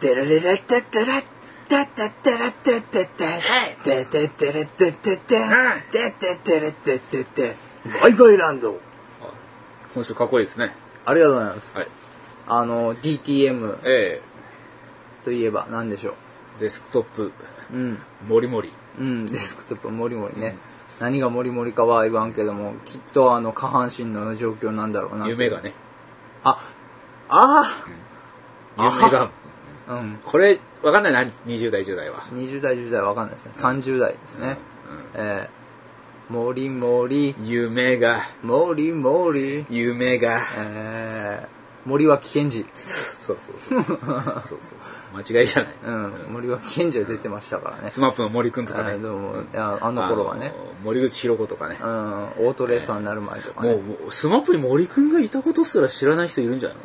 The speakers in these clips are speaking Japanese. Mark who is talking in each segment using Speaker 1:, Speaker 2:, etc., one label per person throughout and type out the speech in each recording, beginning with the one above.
Speaker 1: デレレレテテレテテテレテテテ
Speaker 2: はい
Speaker 1: テテテレテテテ
Speaker 2: はい
Speaker 1: テテテレテテテワイファイランド
Speaker 3: 今週かっこいいですね。
Speaker 4: ありがとうございます。
Speaker 3: はい。
Speaker 4: あの、DTM
Speaker 3: え
Speaker 4: といえば何でしょ
Speaker 3: えデスクトップ、
Speaker 4: う。うん。
Speaker 3: もりもり。
Speaker 4: うん、デスクトップもりもりね。何がもりもりかは言わんけども、きっとあの、下半身の状況なんだろうな。
Speaker 3: 夢がね。
Speaker 4: あ、ああ
Speaker 3: 夢が。
Speaker 4: あうん。
Speaker 3: これ、わかんないな、20代、10代は。
Speaker 4: 20代、10代はわかんないですね。30代ですね。えー、もりもり、
Speaker 3: 夢が、
Speaker 4: もりもり、
Speaker 3: 夢が。
Speaker 4: えー、森は危険児。
Speaker 3: そうそう そう。そうそうそう。間違いじゃない。
Speaker 4: うん、森は危険児が出てましたからね。
Speaker 3: スマップの森くんと
Speaker 4: あ
Speaker 3: かね。
Speaker 4: ーどうも、いやあの頃はね
Speaker 3: あ。の。森口博子とかね
Speaker 4: う。ん、オートレーサーになる前とか
Speaker 3: もう
Speaker 4: ね。
Speaker 3: もう、スマップに森くんがいたことすら知らない人いるんじゃない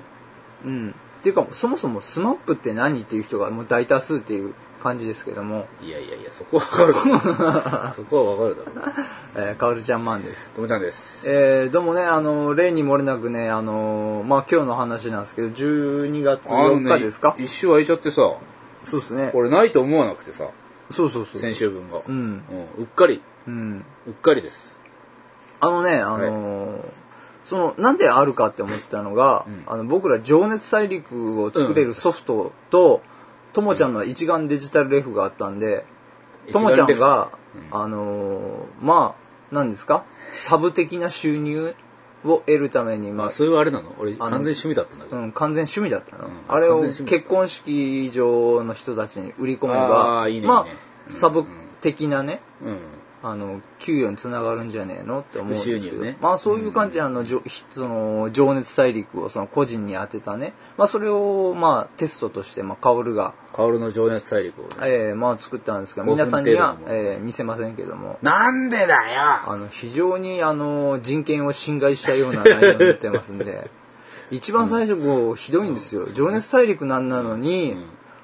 Speaker 3: の
Speaker 4: うん。っていうか、そもそもスマップって何っていう人がもう大多数っていう感じですけども、
Speaker 3: いやいやいや、そこはわかるだ ろう。そこはわかるだろう。
Speaker 4: えー、カオルちゃんマンです。
Speaker 3: ともちゃんです。
Speaker 4: えー、どうもね、あの、例に漏れなくね、あの、まあ、今日の話なんですけど、12月4日ですか、
Speaker 3: 一周空いちゃってさ、
Speaker 4: そうですね
Speaker 3: こ。れないと思わなくてさ、
Speaker 4: そうそうそう。
Speaker 3: 先週分が。
Speaker 4: うん
Speaker 3: うっかり、
Speaker 4: うん。
Speaker 3: うっかりです。
Speaker 4: あのね、あのーその、なんであるかって思ったのが、あの僕ら情熱大陸を作れるソフトと、ともちゃんの一眼デジタルレフがあったんで、ともちゃん
Speaker 3: 一眼
Speaker 4: が、あのーまあ、なんですかサブ的な収入を得るために、まあ
Speaker 3: あ、、それはあれなの俺、
Speaker 4: あの
Speaker 3: 完全に趣味だったんだ
Speaker 4: う
Speaker 3: けど。
Speaker 4: ん、完全趣味だったの。
Speaker 3: ん
Speaker 4: あれを
Speaker 3: 完全趣味だった
Speaker 4: 結婚式場の人たちに売り込め
Speaker 3: あ
Speaker 4: ば、
Speaker 3: ーいいね
Speaker 4: まあ
Speaker 3: いいねうん
Speaker 4: サブ的なね、
Speaker 3: うん。
Speaker 4: あの、給与につながるんじゃねえのって思うんです
Speaker 3: 収
Speaker 4: け
Speaker 3: 入
Speaker 4: ど、
Speaker 3: ね
Speaker 4: まあそういう感じで、あの、じょひその、情熱大陸をその個人に当てたね、まあそれを、まあテストとして、まあカオルが、
Speaker 3: カオルの情熱大陸をね。
Speaker 4: えー、まあ作ったんですが、
Speaker 3: 5分
Speaker 4: 皆さんには
Speaker 3: 程、度のもの
Speaker 4: えー見せませんけども、
Speaker 3: なんでだよ
Speaker 4: あの、非常に、あの、人権を侵害したような内容になってますん で、一番最初、こう、ひどいんですよ。情熱大陸なんなのに、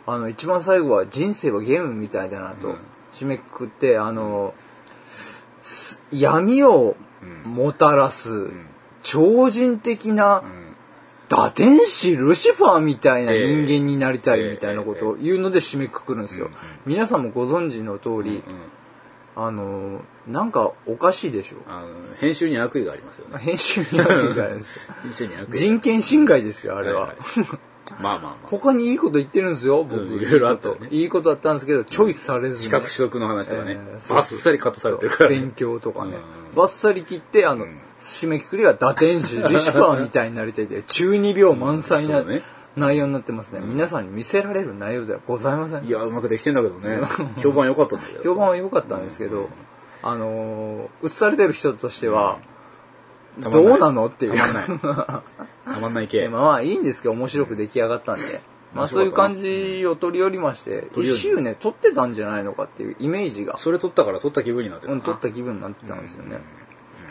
Speaker 4: あの、一番最後は人生はゲームみたいだなと、締めくくって、あの、す闇をもたらす、超人的な、打天使ルシファーみたいな人間になりたいみたいなことを言うので締めくくるんですよ。皆さんもご存知の通り、あのーなんかおかしいでしょ
Speaker 3: あの、編集に悪意がありますよね。
Speaker 4: 編集になるじゃないですか
Speaker 3: 編集に悪意。
Speaker 4: 人権侵害ですよあ
Speaker 3: あ
Speaker 4: れは、
Speaker 3: まあまあまあ。
Speaker 4: 他にいいこと言ってるんですよ僕、
Speaker 3: うんいろいろあったよね
Speaker 4: いいことあったんですけどチョイスされずに
Speaker 3: 資格取得の話とかね。
Speaker 4: え
Speaker 3: バ
Speaker 4: ーそうそう
Speaker 3: ッサリカットされてるからね。
Speaker 4: 勉強とかね
Speaker 3: うん
Speaker 4: バッサリ切ってあの、締めくくりは打天使リシファーみたいになりたいで中二病満載な
Speaker 3: そうね
Speaker 4: 内容になってますね、皆さんに見せられる内容ではございません
Speaker 3: いや、うまくできてんだけどね。評判良かったんだけど。
Speaker 4: 評判は良かったんですけど、あのー映されてる人としては、
Speaker 3: たまんい
Speaker 4: どうなのっていう
Speaker 3: たまんない。たまんない 系。
Speaker 4: まあまあいいんですけど面白く出来上がったんで、まあそういう感じを取り寄りまして、
Speaker 3: 取り
Speaker 4: 一
Speaker 3: 寄り
Speaker 4: 周ね、取ってたんじゃないのかっていうイメージが、
Speaker 3: それ撮ったから撮った気分になって
Speaker 4: うん、
Speaker 3: な
Speaker 4: 取った気分になってたんですよね。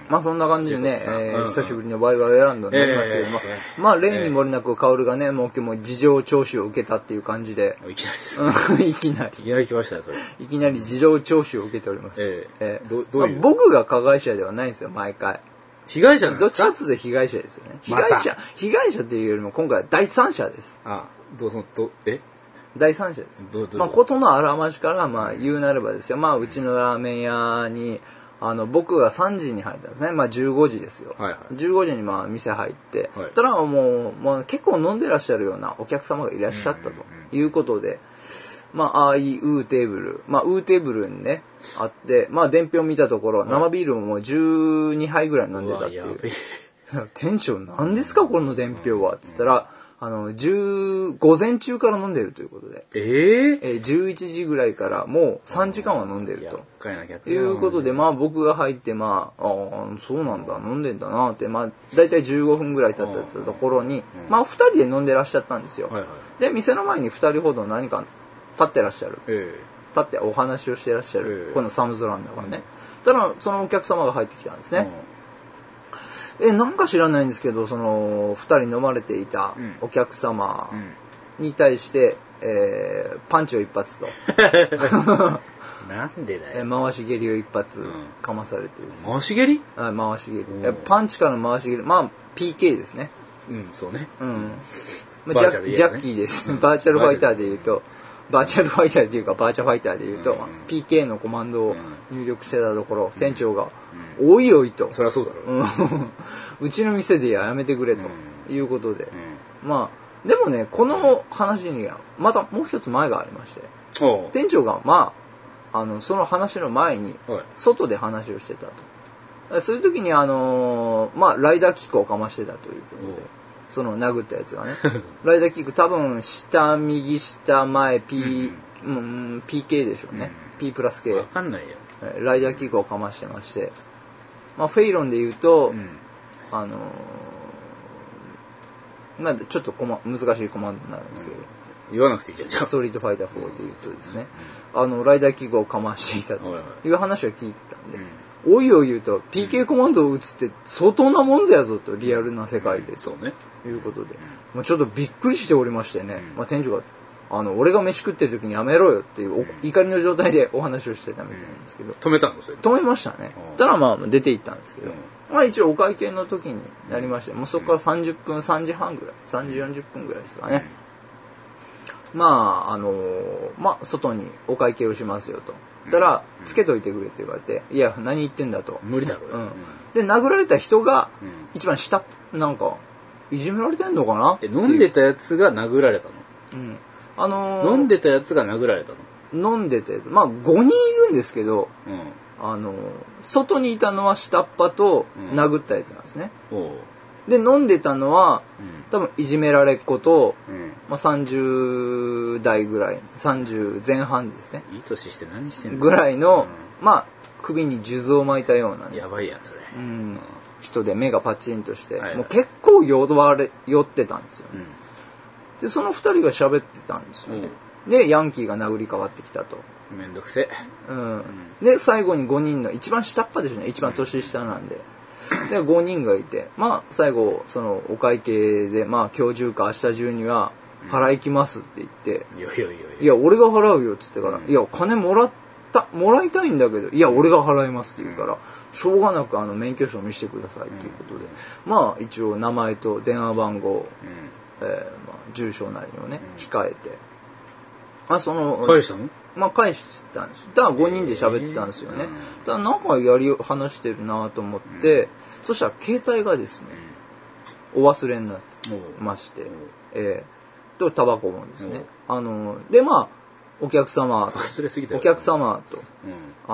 Speaker 4: まあそんな感じでね、え
Speaker 3: そういうことさう
Speaker 4: ー久
Speaker 3: んうん
Speaker 4: しぶりのバイバイランドになりましたけども
Speaker 3: えええええ、
Speaker 4: まあ例にもれなく薫がね、もう今日も事情聴取を受けたっていう感じで、
Speaker 3: いきなりです。
Speaker 4: うん いきなり。
Speaker 3: いきなり来ましたね、それ。
Speaker 4: いきなり事情聴取を受けております。
Speaker 3: ええ
Speaker 4: え
Speaker 3: どどういう
Speaker 4: まあ僕が加害者ではないんですよ、毎回。
Speaker 3: 被害者なん
Speaker 4: ど
Speaker 3: で
Speaker 4: っ
Speaker 3: す
Speaker 4: ちかっ
Speaker 3: か
Speaker 4: つうと被害者ですよね。被
Speaker 3: また
Speaker 4: 害者、被害者っていうよりも今回は第三者です。
Speaker 3: あ、どうぞ、ど、え
Speaker 4: 第三者です。
Speaker 3: どうどう
Speaker 4: まあ、ことのあらましから、まあ、言うなればですよ。まあ、うちのラーメン屋に、あの、僕が3時に入ったんですね。まあ、15時ですよ。
Speaker 3: はいはい
Speaker 4: 15時に、まあ、店入って。
Speaker 3: はい
Speaker 4: たら、もう、まあ、結構飲んでらっしゃるようなお客様がいらっしゃったということで、まあ、ああいうウーテーブル、まあ、ウーテーブルにね、あって、まあ、伝票見たところ、生ビールももう12杯ぐらい飲ん
Speaker 3: う
Speaker 4: でたっ
Speaker 3: わ、
Speaker 4: てい
Speaker 3: や
Speaker 4: う。
Speaker 3: べえ。
Speaker 4: 店長何ですかこの伝票はっつったら、あの、10、午前中から飲んでるということで、
Speaker 3: え
Speaker 4: え
Speaker 3: え
Speaker 4: ー11時ぐらいからもう3時間は飲んでる
Speaker 3: やっ
Speaker 4: と。
Speaker 3: かいな客だ
Speaker 4: い
Speaker 3: な
Speaker 4: うことで、まあ僕が入って、まあ、ああ、そうなんだ、飲んでんだなって、まあ、だいたい15分ぐらい経ったところに、まあ2人で飲んでらっしゃったんですよ
Speaker 3: はい。はい。
Speaker 4: で、店の前に2人ほど何か立ってらっしゃる。
Speaker 3: え
Speaker 4: 立ってお話をしてらっしゃる
Speaker 3: え。え
Speaker 4: この寒空の中ね。ただ、そのお客様が入ってきたんです
Speaker 3: え
Speaker 4: ね。え、なんか知らないんですけど、その、二人飲まれていた
Speaker 3: ん
Speaker 4: お客様
Speaker 3: うんうん
Speaker 4: に対して、えーパンチを一発と、
Speaker 3: なんでだ
Speaker 4: え
Speaker 3: よ。
Speaker 4: ー回し蹴りを一発
Speaker 3: ん
Speaker 4: かまされてですね、
Speaker 3: 回し蹴り
Speaker 4: あ回し蹴り
Speaker 3: お。ー
Speaker 4: えパンチからの回し蹴り、まあ、PK ですね。
Speaker 3: うん、そうね。
Speaker 4: うん。ま
Speaker 3: バ
Speaker 4: あ
Speaker 3: ー
Speaker 4: ジ
Speaker 3: チ
Speaker 4: ャ
Speaker 3: ャル
Speaker 4: ジャ
Speaker 3: で言えばね
Speaker 4: ッキーです。バーチャルファイターで言うと、バーチャルファイターでいうか、バーチャファイターで言うと、
Speaker 3: うん
Speaker 4: PK のコマンドを入力してたところ、店長が、おいおいと、
Speaker 3: そりゃそうだろう、
Speaker 4: うちの店でやめてくれということで、まあ、でもね、この話には、またもう一つ前がありまして、
Speaker 3: うん、おう
Speaker 4: 店長が、まあ、あの、その話の前に、
Speaker 3: はい
Speaker 4: 外で話をしてたと。そういう時に、あのーまあ、ライダーキックをかましてたということ
Speaker 3: おう
Speaker 4: で、その殴ったやつが ね、ライダーキック多分、下、右、下、前、P、うんうん、PK でしょうね。P プラス系。
Speaker 3: わかんないよ、
Speaker 4: えーライダーキックをかましてまして、まあ、フェイロンで言うと、
Speaker 3: うん、
Speaker 4: あのーまあ、ちょっとコマ難しいコマンドになるんですけど、
Speaker 3: 言わなくていいじゃんじゃあ
Speaker 4: ストリートファイター4で言うとですね、あの、ライダー記号をかましていた
Speaker 3: はいは
Speaker 4: という話を聞いたんで、おいおい言うと、PK コマンドを打つって相当なもんだよぞと、リアルな世界で、
Speaker 3: そうね
Speaker 4: ということで、まあ、ちょっとびっくりしておりましてね、まあ、店長が、あの、俺が飯食ってる時にやめろよっていうお怒りの状態で お話をしてたみたいなんですけど、
Speaker 3: 止めたのそれ
Speaker 4: 止めましたね
Speaker 3: うん。
Speaker 4: ただまあ出て行ったんですけど
Speaker 3: うん、
Speaker 4: まあ一応お会計の時になりまして、もうそこから30分、3時半ぐらい、3時40分ぐらいですかね。まあ、あのーまあ外にお会計をしますよと。たら、つけといてくれって言われて、いや、何言ってんだと。
Speaker 3: 無理だろ
Speaker 4: う
Speaker 3: よ
Speaker 4: ん。で、殴られた人が
Speaker 3: うん、
Speaker 4: 一番下、なんか、いじめられてんのかな
Speaker 3: え飲んでたやつが殴られた
Speaker 4: うん。あの
Speaker 3: の
Speaker 4: ー
Speaker 3: 飲んでたやつが殴られたの
Speaker 4: 飲んでて、まあ5人いるんですけど、
Speaker 3: うん
Speaker 4: あのー外にいたのは下っ端と
Speaker 3: うん
Speaker 4: 殴ったやつなんですね。
Speaker 3: おう
Speaker 4: で、飲んでたのは、
Speaker 3: うん
Speaker 4: 多分いじめられっ子と、
Speaker 3: うん
Speaker 4: まあ、30代ぐらい、30前半ですね。
Speaker 3: いい年して何してんの
Speaker 4: ぐらいの、まあ、首に数珠を巻いたようなね、
Speaker 3: やばいやんそれ
Speaker 4: う
Speaker 3: うん
Speaker 4: ん、人で目がパチンとして、
Speaker 3: はいはい
Speaker 4: もう結構酔われ、酔ってたんですよ。で、その二人が喋ってたんですよね。で、ヤンキーが殴り変わってきたと。
Speaker 3: めんどくせ
Speaker 4: うん。で、最後に5人の、一番下っ端ですね。一番年下なんで。で、5人がいて、まあ、最後、その、お会計で、まあ、今日中か明日中には、払いきますって言って、
Speaker 3: えよいよいよ
Speaker 4: いや、俺が払うよって言ってから、
Speaker 3: うん
Speaker 4: いや、金もらった、もらいたいんだけど、いや、俺が払いますって言うから、しょうがなく、あの、免許証見せてくださいっていうことで、まあ、一応、名前と電話番号、え
Speaker 3: う
Speaker 4: ーまあ、住所なりをね、控えて、あ、その、
Speaker 3: ん返したの
Speaker 4: まあ、返したんです。だから5人で喋ってたんですよね。
Speaker 3: うん
Speaker 4: だからなんかやり、話してるなと思って、そしたら携帯がですね、お忘れになって
Speaker 3: おう
Speaker 4: まして
Speaker 3: ん、
Speaker 4: えーと、タバコもですね。あの、で、まあ、お客様 と、
Speaker 3: 忘れすぎたよ
Speaker 4: お客様と、
Speaker 3: うん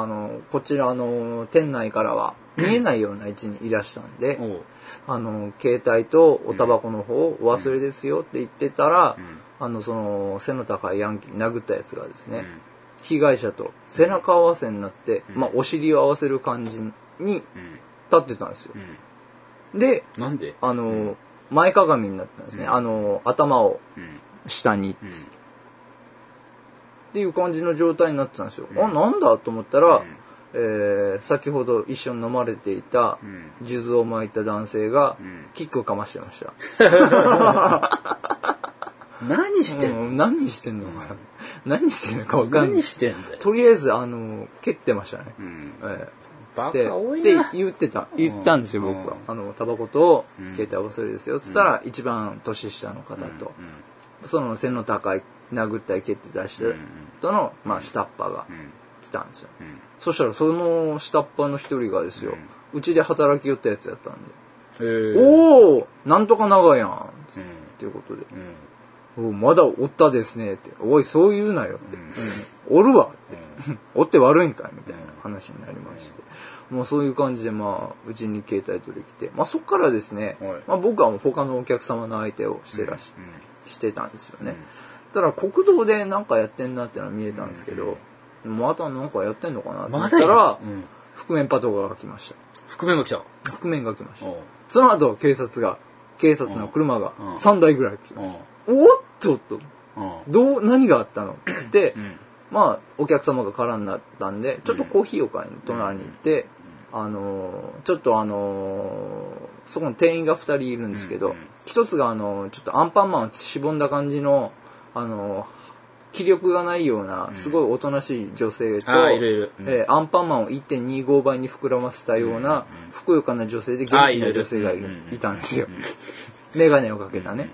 Speaker 4: あの、こちらの店内からは見えないような位置にいらしたんで、
Speaker 3: おう
Speaker 4: あの、携帯とおタバコの方をお忘れですよって言ってたら、
Speaker 3: ん
Speaker 4: あの、その、背の高いヤンキー、殴ったやつがですね、被害者と背中合わせになって、まあ、お尻を合わせる感じに立
Speaker 3: うん
Speaker 4: ってたんですよ
Speaker 3: う。ん
Speaker 4: で、
Speaker 3: なんで
Speaker 4: あの、前かがみになったんですね。あの、頭を
Speaker 3: うん
Speaker 4: 下に
Speaker 3: うん
Speaker 4: っていう感じの状態になってたんですよ。あ、なんだと思ったら、
Speaker 3: ん
Speaker 4: えー先ほど一緒に飲まれていた
Speaker 3: ん、
Speaker 4: 数珠を巻いた男性が
Speaker 3: ん、
Speaker 4: キックをかましてました。
Speaker 3: 何してんの
Speaker 4: うん何してんのかな何してんのかわかんない
Speaker 3: 何。してんだよ
Speaker 4: とりあえず、あの、蹴ってましたね。
Speaker 3: うん
Speaker 4: え
Speaker 3: バ
Speaker 4: えで
Speaker 3: カ多い
Speaker 4: で
Speaker 3: な
Speaker 4: 言ってた。言ったんですよ、
Speaker 3: うん
Speaker 4: 僕は。あの、タバコと
Speaker 3: ん、
Speaker 4: 携帯忘れですよ。つったら、一番年下の方と、その背の高い、殴ったり蹴って出して
Speaker 3: うん
Speaker 4: との、まあ、下っ端が
Speaker 3: うんうん
Speaker 4: 来たんですよ。
Speaker 3: うん
Speaker 4: そしたら、その下っ端の一人がですよ、うちで働きよったやつやったんで、
Speaker 3: えー
Speaker 4: おおなんとか長いやん
Speaker 3: うん
Speaker 4: っていうことで、
Speaker 3: うん
Speaker 4: おまだおったですねって、おい、そう言うなよって、うんおるわって、おって悪いんかいみたいな話になりまして、もうそういう感じで、まあ、うちに携帯取り来て、まあそっからですね
Speaker 3: はい、
Speaker 4: まあ僕はもう他のお客様の相手をしてらし、してたんですよね。ただ国道でなんかやってんなってのは見えたんですけど、またなんかやってんのかなと思った
Speaker 3: まだ
Speaker 4: ら
Speaker 3: やうん、
Speaker 4: 覆面パトカーが来まし
Speaker 3: 覆面が来た
Speaker 4: た。覆面が来ました
Speaker 3: お。う
Speaker 4: その後警察が、警察の車が
Speaker 3: うん
Speaker 4: 3台ぐらい来て、
Speaker 3: うん
Speaker 4: おっとっと、
Speaker 3: うん
Speaker 4: どう、何があったのって言って、
Speaker 3: ん
Speaker 4: まあ、お客様が空になったんで、ちょっとコーヒーを買いに隣に行って、あのーちょっとあのーそこの店員が2人いるんですけ
Speaker 3: うん
Speaker 4: ど
Speaker 3: うん、
Speaker 4: 一、つがあのーちょっとアンパンマンをしぼんだ感じの、あのー気力がないような、すごいおとなしい女性と、
Speaker 3: あーいるいるうん
Speaker 4: えーアンパンマンを1.25倍に膨らませたような、ふくよかな女性で元
Speaker 3: あー
Speaker 4: 気
Speaker 3: い
Speaker 4: な
Speaker 3: るいる
Speaker 4: 女性がいる
Speaker 3: うんうんうん
Speaker 4: いたんですよ。メガネをかけたね。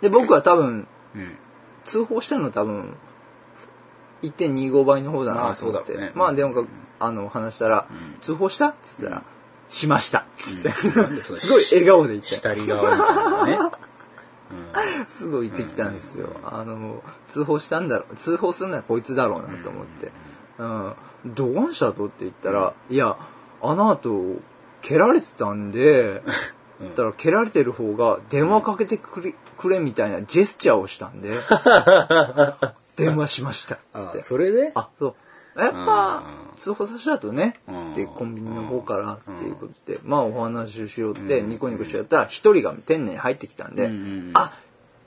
Speaker 4: で、僕は多分、
Speaker 3: うん。
Speaker 4: 通報したの多分、1.25倍の方だ
Speaker 3: ま
Speaker 4: な
Speaker 3: あ
Speaker 4: と思って。
Speaker 3: そうだろうね
Speaker 4: まあ、電話か、あの、話したら、
Speaker 3: うん
Speaker 4: 通報したっつったら、しましたっつ って。
Speaker 3: なんでその
Speaker 4: すごい笑顔で言って。
Speaker 3: 下り側みたいなね。
Speaker 4: すぐ行ってきたんですよ。あの、通報したんだろ、通報するのはこいつだろうなと思って。うん。どうしたとって言ったら、いや、あの後、蹴られてたんで、だから蹴られてる方が電話かけてくれ,、くれみたいなジェスチャーをした んで、電話しました。つっ
Speaker 3: あ
Speaker 4: て。
Speaker 3: それで
Speaker 4: あ、そう。やっぱ、通報させたとね
Speaker 3: うん、
Speaker 4: で、コンビニの方からっていうことで、まあお話をしようって、ニコニコしちゃったら、一人が店内に入ってきたんで
Speaker 3: うん、
Speaker 4: あ、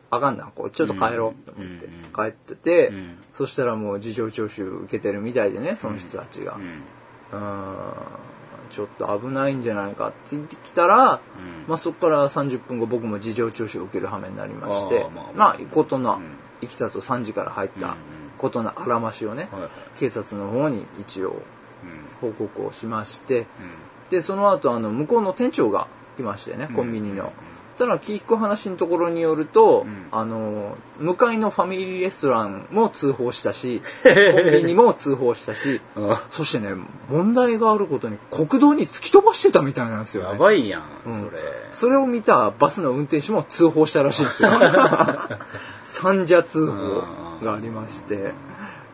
Speaker 4: あかんな、こう、ちょっと帰ろうと思って
Speaker 3: うん、
Speaker 4: 帰ってて
Speaker 3: ん、
Speaker 4: そしたらもう事情聴取受けてるみたいでね、その人たちが
Speaker 3: う。ん。
Speaker 4: うーん、ちょっと危ないんじゃないかって言ってきたら、まあそこから30分後僕も事情聴取を受ける羽目になりまして
Speaker 3: あーまあま、あ
Speaker 4: まあ、ことの
Speaker 3: ん、
Speaker 4: いきさと3時から入っ
Speaker 3: うんう
Speaker 4: た
Speaker 3: ん、
Speaker 4: ことのあらましをね
Speaker 3: はいはい、
Speaker 4: 警察の方に一応
Speaker 3: う
Speaker 4: 報
Speaker 3: ん。
Speaker 4: 告をしまして、
Speaker 3: うん。
Speaker 4: で、その後、あの、向こうの店長が来ましてね、コンビニの。ただ、聞く話のところによると、
Speaker 3: ん
Speaker 4: あの、向かいのファミリーレストランも通報したし、コンビニも通報したし、
Speaker 3: あ
Speaker 4: そしてね、問題があることに国道に突き飛ばしてたみたいなんですよ、ね。
Speaker 3: やばいやん、
Speaker 4: うん
Speaker 3: それ。
Speaker 4: それを見たバスの運転手も通報したらしいん ですよ。三者通報がありまして、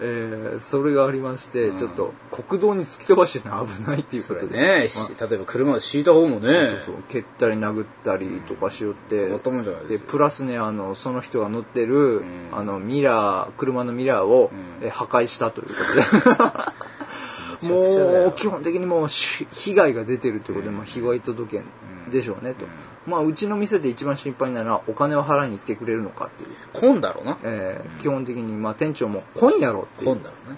Speaker 4: えー、それがありまして、ちょっと国道に突き飛ばしてるのは危ないっていう
Speaker 3: そ
Speaker 4: こ
Speaker 3: れ
Speaker 4: とで。
Speaker 3: ね、し例えば車を敷いた方もね、
Speaker 4: そう蹴ったり殴ったりとかしよって、
Speaker 3: まともじゃない
Speaker 4: で
Speaker 3: ですか。
Speaker 4: プラスねあのその人が乗ってる、
Speaker 3: ん
Speaker 4: あのミラー車のミラーを、
Speaker 3: うん
Speaker 4: え破壊したということで
Speaker 3: めちゃくちゃだよ
Speaker 4: もう基本的にもうし被害が出てるということで、まあ、被害届でしょうねと、まあうちの店で一番心配なのはお金を払いに来てくれるのかっていう、
Speaker 3: 混んだろうな。
Speaker 4: えー基本的にまあ店長も「来んやろ」っていう
Speaker 3: 混んだろうな。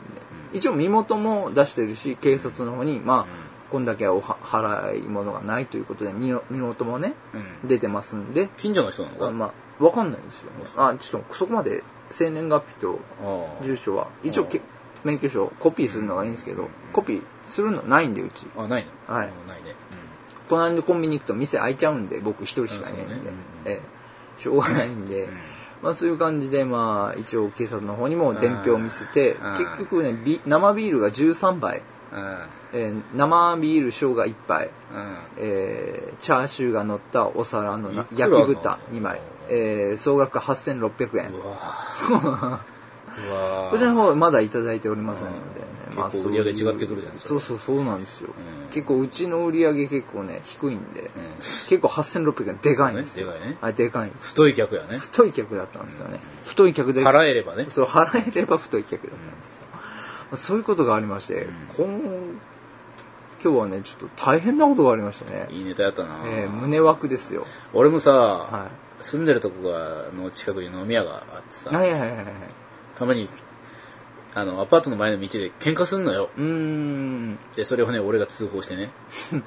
Speaker 4: 一応身元も出してるし警察の方にまあ、こんだけはおは払い物がないということで身の身元もね、
Speaker 3: うん
Speaker 4: 出てますんで、
Speaker 3: 近所の人なのか
Speaker 4: あまあわかんないんですよねあちょっとそこまで生年月日と
Speaker 3: あ
Speaker 4: 住所は一応け免許証コピーするのがいいんですけどコピーするのないんでうち
Speaker 3: あ。あ、ないの
Speaker 4: はい
Speaker 3: うんないね。
Speaker 4: 隣のコンビニ行くと店開いちゃうんで僕一人しかいないんで
Speaker 3: あそうねうん
Speaker 4: ええしょうがないんで、まあそういう感じでまあ一応警察の方にも伝票を見せて
Speaker 3: あー
Speaker 4: 結局ねビ生ビールが13杯
Speaker 3: うん。うん。
Speaker 4: えー生ビール生姜1杯、
Speaker 3: うん。
Speaker 4: えーチャーシューが乗ったお皿のない
Speaker 3: くら
Speaker 4: 焼
Speaker 3: なの
Speaker 4: き豚2枚、えー総額8600円
Speaker 3: うわぁ。うわぁ。
Speaker 4: こちらの方まだいただいておりませんので、ね
Speaker 3: うん
Speaker 4: まあ
Speaker 3: 結構売り上げ
Speaker 4: そういう
Speaker 3: 違ってくるじゃないですか
Speaker 4: そうそうそうなんですよ、
Speaker 3: うん
Speaker 4: 結構うちの売り上げ結構ね低いんで、
Speaker 3: うん
Speaker 4: 結構8600円でかいんですよ、
Speaker 3: ねでかいね
Speaker 4: あでかいんです
Speaker 3: 太い客やね。
Speaker 4: 太い客だったんですよね、太い客で
Speaker 3: 払えればね。
Speaker 4: そう払えれば太い客だったんですよ、そういうことがありまして、今今日はねちょっと大変なことがありましたね
Speaker 3: いいネタやったな
Speaker 4: えー、胸枠ですよ。
Speaker 3: 俺もさ、
Speaker 4: は
Speaker 3: 住んでるとこが、の近くに飲み屋があって
Speaker 4: い。
Speaker 3: さ、
Speaker 4: はいはいはいはい。
Speaker 3: たまに、あの、アパートの前の道で喧嘩すんのよ。
Speaker 4: うーん。
Speaker 3: で、それをね、俺が通報し てね、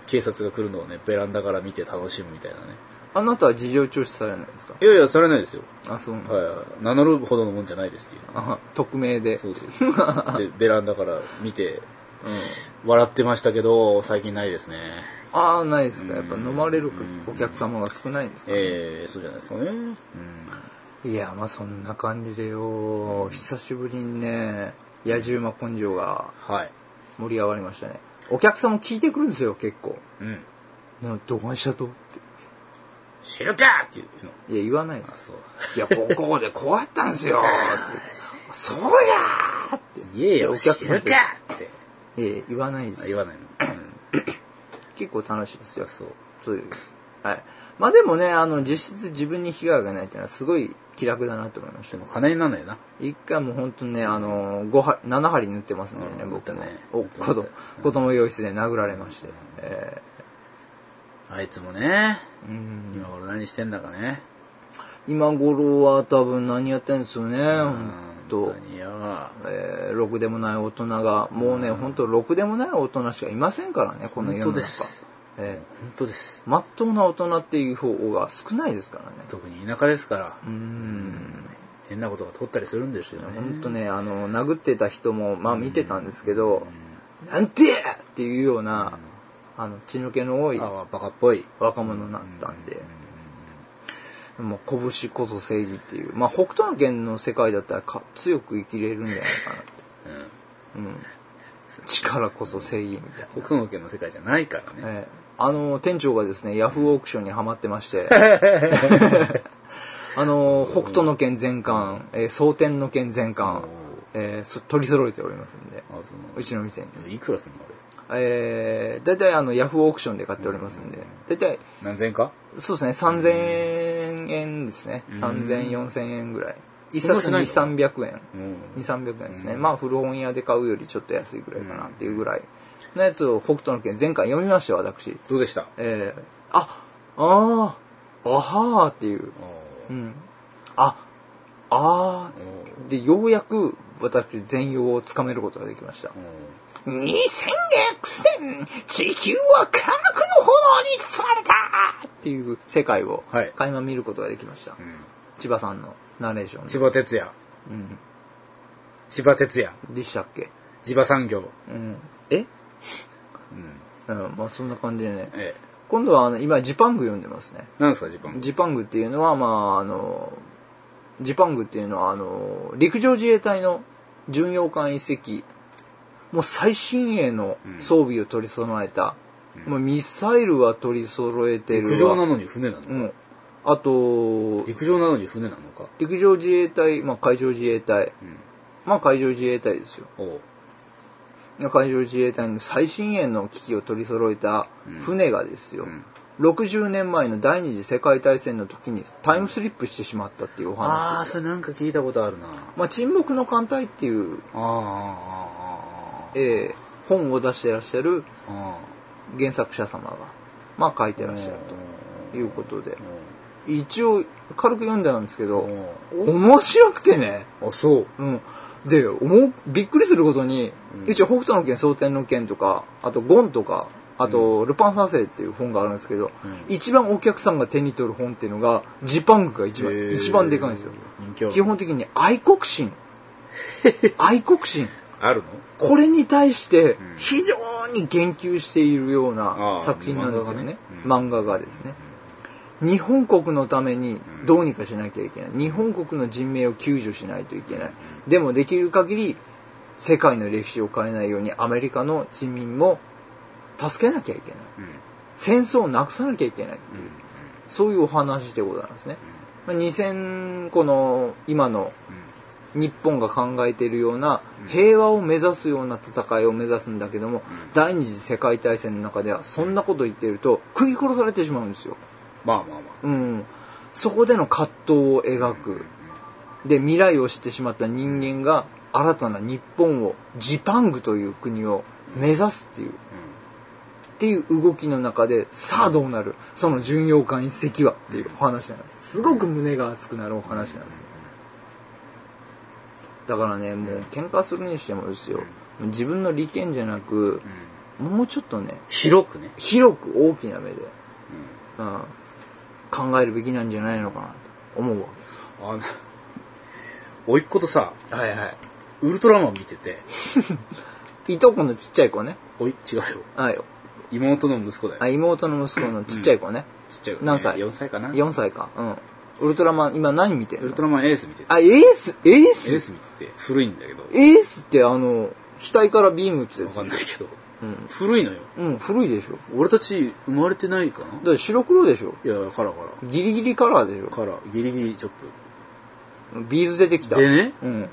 Speaker 3: 警察が来るのをね、ベランダから見て楽しむみたいなね。
Speaker 4: あなたは事情聴取されないですか
Speaker 3: いやいや、されないですよ。
Speaker 4: あ、そうなんですか。
Speaker 3: はい。名乗るほどのもんじゃないですっていう。
Speaker 4: あは匿名で。
Speaker 3: そうそうそ うで、ベランダから見て、笑ってましたけど、最近ないですね。
Speaker 4: ああ、ないですか。やっぱ飲まれるお客様が少ないんですか、
Speaker 3: ええそうじゃないですかね。うん。
Speaker 4: いや、まあそんな感じでよ。久しぶりにね、野じ馬根性が
Speaker 3: はい。
Speaker 4: 盛り上がりましたね。お客様聞いてくるんですよ、結構。
Speaker 3: うん。
Speaker 4: などうしたとって。
Speaker 3: 知るかっていうの。
Speaker 4: いや、言わないです。
Speaker 3: そう。
Speaker 4: いや、ここでこうやったんですよ。ってそうやーっ
Speaker 3: 言えよ、
Speaker 4: お
Speaker 3: お
Speaker 4: 客
Speaker 3: 客
Speaker 4: さん
Speaker 3: さ
Speaker 4: っ
Speaker 3: ん
Speaker 4: て
Speaker 3: かって。
Speaker 4: て。いや言わないです。
Speaker 3: 言わないの。うん。
Speaker 4: 結構楽しいですよ。
Speaker 3: そう。
Speaker 4: そうです。はい。まあでもね、あの、実質自分に被害がないっていうのはすごい気楽だなと思いました
Speaker 3: で。も金になんないな。
Speaker 4: 一回もう本当にね、あの、5針、7針縫ってますんでね、
Speaker 3: う
Speaker 4: 僕
Speaker 3: ん
Speaker 4: も
Speaker 3: 縫ったね。
Speaker 4: お、子供、子供用室で殴られまして。え
Speaker 3: あいつもね、
Speaker 4: ーうん
Speaker 3: 今頃何してんだかね。
Speaker 4: 今頃は多分何やってんですよね、ほ
Speaker 3: うん本
Speaker 4: と
Speaker 3: 当。によ。
Speaker 4: えーろくでもない大人が、もうね、ほんとろくでもない大人しかいませんからね、この世の
Speaker 3: 本当
Speaker 4: 中
Speaker 3: です。
Speaker 4: え
Speaker 3: 本当です。
Speaker 4: ー、まっとうな大人っていう方が少ないですからね。
Speaker 3: 特に田舎ですから、
Speaker 4: うん。
Speaker 3: 変なことが通ったりするんですよね。
Speaker 4: 本当ね、あの、殴ってた人も、まあ見てたんですけど、なんてやっていうような、あの、血の気の多い
Speaker 3: ああ、バカっぽい。
Speaker 4: 若者だったんで、まあ、拳こそ正義っていう。まあ、北斗の拳の世界だったらか強く生きれるんじゃないかなって。うん。力こそ正義みたいな。
Speaker 3: 北斗の拳の世界じゃないからね。
Speaker 4: ええあの、店長がですね、ヤフーオークションにハマってま して、あの、北斗の拳全巻、えー、蒼天の拳全巻、えーそ取り揃えておりますんで、
Speaker 3: あそう
Speaker 4: ちの店に。
Speaker 3: のいくらすんのあれ。
Speaker 4: えー、だいたいあの、ヤフーオークションで買っておりますんで、だいたい、
Speaker 3: 何千か
Speaker 4: そうですね、3000円ですね。3000、4000円ぐらい。一
Speaker 3: そんな
Speaker 4: 冊
Speaker 3: し
Speaker 4: 2、
Speaker 3: ないの
Speaker 4: 300円。
Speaker 3: ん
Speaker 4: 2、300円ですね。まあ、古本屋で買うよりちょっと安いぐらいかなっていうぐらいのやつを北斗の拳前回読みましたよ、私。
Speaker 3: どうでした
Speaker 4: えー、あ、あー、あはーっていう。うん。あ、あー。で、ようやく私、全容をつかめることができました。二千逆戦地球は科学の炎に包まれたっていう世界を
Speaker 3: はい
Speaker 4: 垣間見ることができました、千葉さんのナレーション
Speaker 3: 千
Speaker 4: で
Speaker 3: 葉哲也。千葉哲也。
Speaker 4: でしたっけ
Speaker 3: 千葉産業。
Speaker 4: うんえ
Speaker 3: うん。
Speaker 4: うんまあそんな感じでね
Speaker 3: ええ。
Speaker 4: 今度はあの今ジパング読んでますね
Speaker 3: 何ですか、ジパン。
Speaker 4: ジパングっていうのはまああのジパングっていうのはあの陸上自衛隊の巡洋艦一隻もう最新鋭の装備を取り備えた、もうミサイルは取り揃えてるわ
Speaker 3: 陸上なのに船なの
Speaker 4: う
Speaker 3: か
Speaker 4: ん。あと、
Speaker 3: 陸上なのに船なのか。
Speaker 4: 陸上自衛隊、まあ海上自衛隊。まあ海上自衛隊ですよ。
Speaker 3: おう。
Speaker 4: 海上自衛隊の最新鋭の機器を取り揃えた船がですよ。60年前の第二次世界大戦の時にタイムスリップしてしまったっていうお
Speaker 3: ああ、
Speaker 4: 話。
Speaker 3: それなんか聞いたことあるな。
Speaker 4: まあ沈黙の艦隊っていう、
Speaker 3: あーあー、
Speaker 4: えー本を出してらっしゃる
Speaker 3: あーあー、あ
Speaker 4: 原作者様が、まあ書いてらっしゃるということで。一応、軽く読んでたんですけど、面白くてね。
Speaker 3: あ。あ、そう。
Speaker 4: うん。で、思う、びっくりすることに、一応北斗の拳、蒼天の拳とか、あとゴンとか、あと、ルパン三世っていう本があるんですけど、一番お客さんが手に取る本っていうのが、ジパングが一
Speaker 3: へ
Speaker 4: 番、
Speaker 3: ー
Speaker 4: 一番でかいんですよ。
Speaker 3: 人気ある
Speaker 4: 基本的に愛国 心。愛国心。
Speaker 3: あるの
Speaker 4: これに対して、非常に言及しているような
Speaker 3: あー
Speaker 4: 作品なんですよね。漫
Speaker 3: 漫
Speaker 4: 画がですね。日本国のためにどうにかしなきゃいけない。日本国の人命を救助しないといけない。でもできる限り世界の歴史を変えないようにアメリカの人民も助けなきゃいけない。戦争をなくさなきゃいけないっていう、そういうお話でございますね。まあ2000、この今の日本が考えているような平和を目指すような戦いを目指すんだけども、第二次世界大戦の中ではそんなこと言ってると食い殺されてしまうんですよ。
Speaker 3: まあまあま
Speaker 4: うん、そこでの葛藤を描く。で、未来を知ってしまった人間が新たな日本を、ジパングという国を目指すっていう、っていう動きの中で、さあどうなるその巡洋艦一隻はっていうお話なんです。すごく胸が熱くなるお話なんですよ。だからね、もう喧嘩するにしてもですよ、自分の利権じゃなく、
Speaker 3: あ。
Speaker 4: もうちょっとね、
Speaker 3: 広くね。
Speaker 4: 広く大きな目で、うん、考えるべきなんじゃないのかなと思うわ
Speaker 3: あの、おいっ子とさ、
Speaker 4: け。はいは
Speaker 3: ウルトラマン見てて、
Speaker 4: い。いとこのちっちゃい子ね。
Speaker 3: おい、違うよ。
Speaker 4: はい。
Speaker 3: 妹の息子だよ。
Speaker 4: あ、妹の息子のちっちゃい子ね。
Speaker 3: ちっちゃい子ね。
Speaker 4: 何歳
Speaker 3: ?4 歳かな。ウ
Speaker 4: ?4 歳か。うん。ウルトラマン、今何見てる
Speaker 3: ル
Speaker 4: の
Speaker 3: トラマンエース見てて。
Speaker 4: あ、エースエー
Speaker 3: エー
Speaker 4: ス
Speaker 3: ス見てて、古いんだけど、
Speaker 4: エースってあの、額からビーム打って
Speaker 3: わか
Speaker 4: た
Speaker 3: んないけど、古いのよ。
Speaker 4: うん、古いでしょ。
Speaker 3: 俺たち生まれてないかな
Speaker 4: だって白黒でしょ。
Speaker 3: いや、カラカラ。
Speaker 4: ギリギリカラーでしょ。
Speaker 3: カラー、ギリギリチョップ。
Speaker 4: ビーズ出てきた。
Speaker 3: でね
Speaker 4: うん。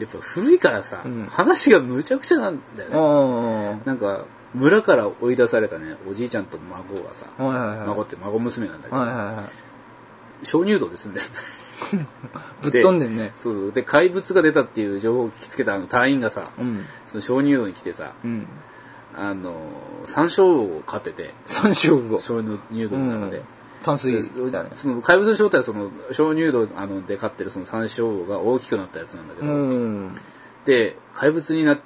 Speaker 3: やっぱ古いからさ、
Speaker 4: うん
Speaker 3: 話がむちゃくちゃなんだ
Speaker 4: あ
Speaker 3: よね。
Speaker 4: あ。は
Speaker 3: なんか、村から追い出されたね、おじいちゃんと孫がさ、
Speaker 4: いはいはい。
Speaker 3: 孫って孫娘なんだけど、
Speaker 4: はいはいはい。
Speaker 3: 鍾乳洞で住んでるんだよ
Speaker 4: ぶっ飛んでんね。
Speaker 3: そうそう。で、怪物が出たっていう情報を聞きつけたあの隊員がさ、
Speaker 4: うん。
Speaker 3: その鍾乳洞に来てさ、
Speaker 4: うん。
Speaker 3: あの、山椒を飼ってて、
Speaker 4: 三勝負を。
Speaker 3: 鍾乳洞の中で。
Speaker 4: 淡水
Speaker 3: で
Speaker 4: だね。
Speaker 3: その怪物の正体はその鍾乳洞あので飼ってるその山椒が大きくなったやつなんだけ
Speaker 4: う
Speaker 3: ど、
Speaker 4: ん。
Speaker 3: で怪物になっ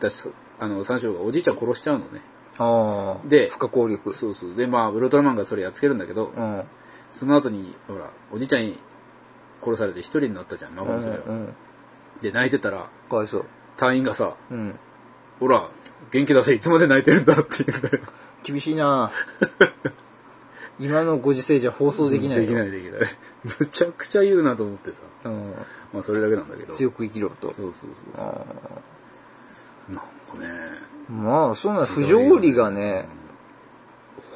Speaker 3: たそあの山椒がおじいちゃん殺しちゃうのね
Speaker 4: ああ。
Speaker 3: で
Speaker 4: 不可抗力。
Speaker 3: そうそうでまあウルトラマンがそれやっつけるんだけど、
Speaker 4: うん。うん
Speaker 3: その後にほらおじいちゃんに殺されて一人になったじゃん孫娘が、
Speaker 4: うん。
Speaker 3: で泣いてたら
Speaker 4: かわいそう。
Speaker 3: 隊員がさ
Speaker 4: うん。
Speaker 3: 「ほ ら元気出せいつまで泣いてるんだ」って言うんだよ
Speaker 4: 厳しいな今のご時世じゃ放送できないよ
Speaker 3: できないできない。むちゃくちゃ言うなと思ってさ。
Speaker 4: うん、
Speaker 3: まあそれだけなんだけど。
Speaker 4: 強く生きろと
Speaker 3: そうそうそうそう。なんかね。
Speaker 4: まあそんな不条理がね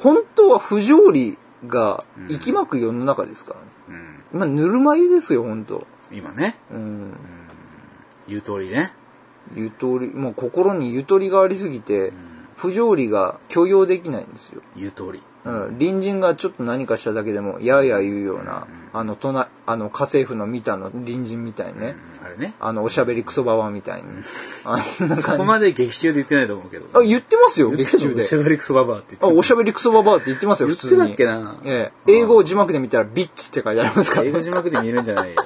Speaker 4: 本当は不条理が生きまく世の中ですからね、
Speaker 3: うん。
Speaker 4: 今ぬるま湯ですよ本当
Speaker 3: 今ね、
Speaker 4: うん
Speaker 3: 言う通りね。
Speaker 4: ゆとりもう心にゆとりがありすぎて、不条理が許容できないんですよ、
Speaker 3: 言う通り。
Speaker 4: うん、隣人がちょっと何かしただけでもやや言うような、あの隣あの家政婦の見たの隣人みたいね、
Speaker 3: うんあれね。
Speaker 4: あのおしゃべりクソババみたいに、あんな
Speaker 3: そこ
Speaker 4: 感じ
Speaker 3: まで劇中で言ってないと思うけど。
Speaker 4: あ言ってますよ
Speaker 3: 言
Speaker 4: 劇中
Speaker 3: お
Speaker 4: で
Speaker 3: しゃべりクソババアって言って
Speaker 4: あ、
Speaker 3: た
Speaker 4: おしゃべりクソババアって言ってますよ、
Speaker 3: 言
Speaker 4: 普
Speaker 3: っ
Speaker 4: 通
Speaker 3: て
Speaker 4: に。
Speaker 3: たっけな
Speaker 4: ええ英語を字幕で見たら、ビッチって書いてありますから。
Speaker 3: 英語字幕で見るんじゃない よ。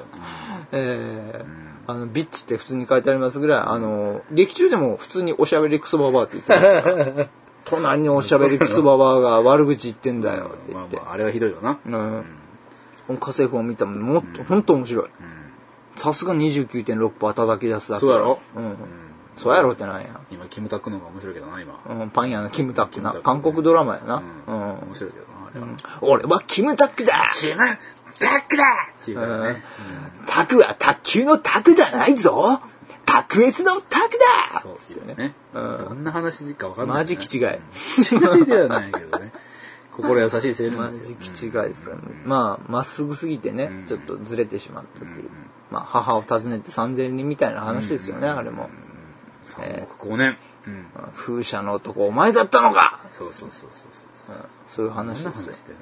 Speaker 4: ええあの、ビッチって普通に書いてありますぐらい、あの、劇中でも普通におしゃべりクソババアって言ってますから 隣におしゃべりクソババアが悪口言ってんだよって
Speaker 3: ま
Speaker 4: 言
Speaker 3: あ
Speaker 4: って
Speaker 3: ま。あ、あれはひどいよな。
Speaker 4: うん。家政婦を見たもんもっと、ほんと面白い。さすが29.6%叩き出すだけ。
Speaker 3: そうやろ
Speaker 4: うん。そうやろってなんや。
Speaker 3: 今、キムタクの方が面白いけどな、今。
Speaker 4: うん、パン屋のキムタックな。
Speaker 3: キムタッ
Speaker 4: 韓
Speaker 3: ク
Speaker 4: 国ドラマやな。
Speaker 3: うん
Speaker 4: うん
Speaker 3: 面白いけどな、あれは。
Speaker 4: 俺はキムタックだ
Speaker 3: キムタクだっていうからね。
Speaker 4: タクは卓球のタクじゃないぞ卓越のタクだ
Speaker 3: そうですよね。どんな話かわかんない、ね。
Speaker 4: マジ気違い。
Speaker 3: 違いではないけど ね。心優しい青年
Speaker 4: マ
Speaker 3: で
Speaker 4: ジ
Speaker 3: すよ。
Speaker 4: 気違いですよね。まあ、まっすぐすぎてね、ちょっとずれてしまったっていう。まあ、母を訪ねて三千里みたいな話ですよね、あれも。
Speaker 3: 3億光年。うん。
Speaker 4: 風車の男、お前だったのか
Speaker 3: そうそうそうそう。
Speaker 4: そういう話
Speaker 3: そんな
Speaker 4: ですよ
Speaker 3: 話。してる。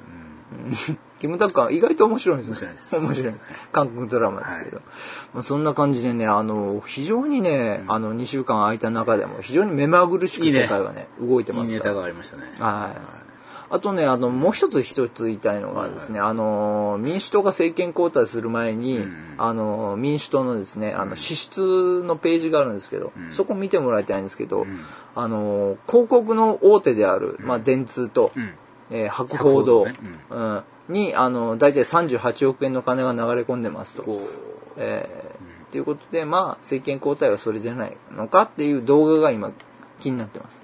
Speaker 4: キムタックは意外と面白いんですよ。
Speaker 3: 面白いです
Speaker 4: 面白い韓国ドラマですけど。まあそんな感じでね、あの、非常にね、あの、2週間空いた中でも、非常に目まぐるしく
Speaker 3: いいね
Speaker 4: 世界はね、動いて
Speaker 3: うん
Speaker 4: ま
Speaker 3: いい
Speaker 4: す
Speaker 3: ネ
Speaker 4: から
Speaker 3: タ。がありましたね。
Speaker 4: はい。あとね、あの、もう一つ一つ言いたいのがですね、あの、民主党が政権交代する前に、あの、民主党のですね、あの、支出のページがあるんですけど、そこ見てもらいたいんですけど、あの、広告の大手である、まあ、電通と、
Speaker 3: ん
Speaker 4: えー博報堂、
Speaker 3: 博報堂ね
Speaker 4: うんに、あの、大体38億円の金が流れ込んでますと。
Speaker 3: こ
Speaker 4: えー、っていうことで、まあ、政権交代はそれじゃないのかっていう動画が今、気になってます。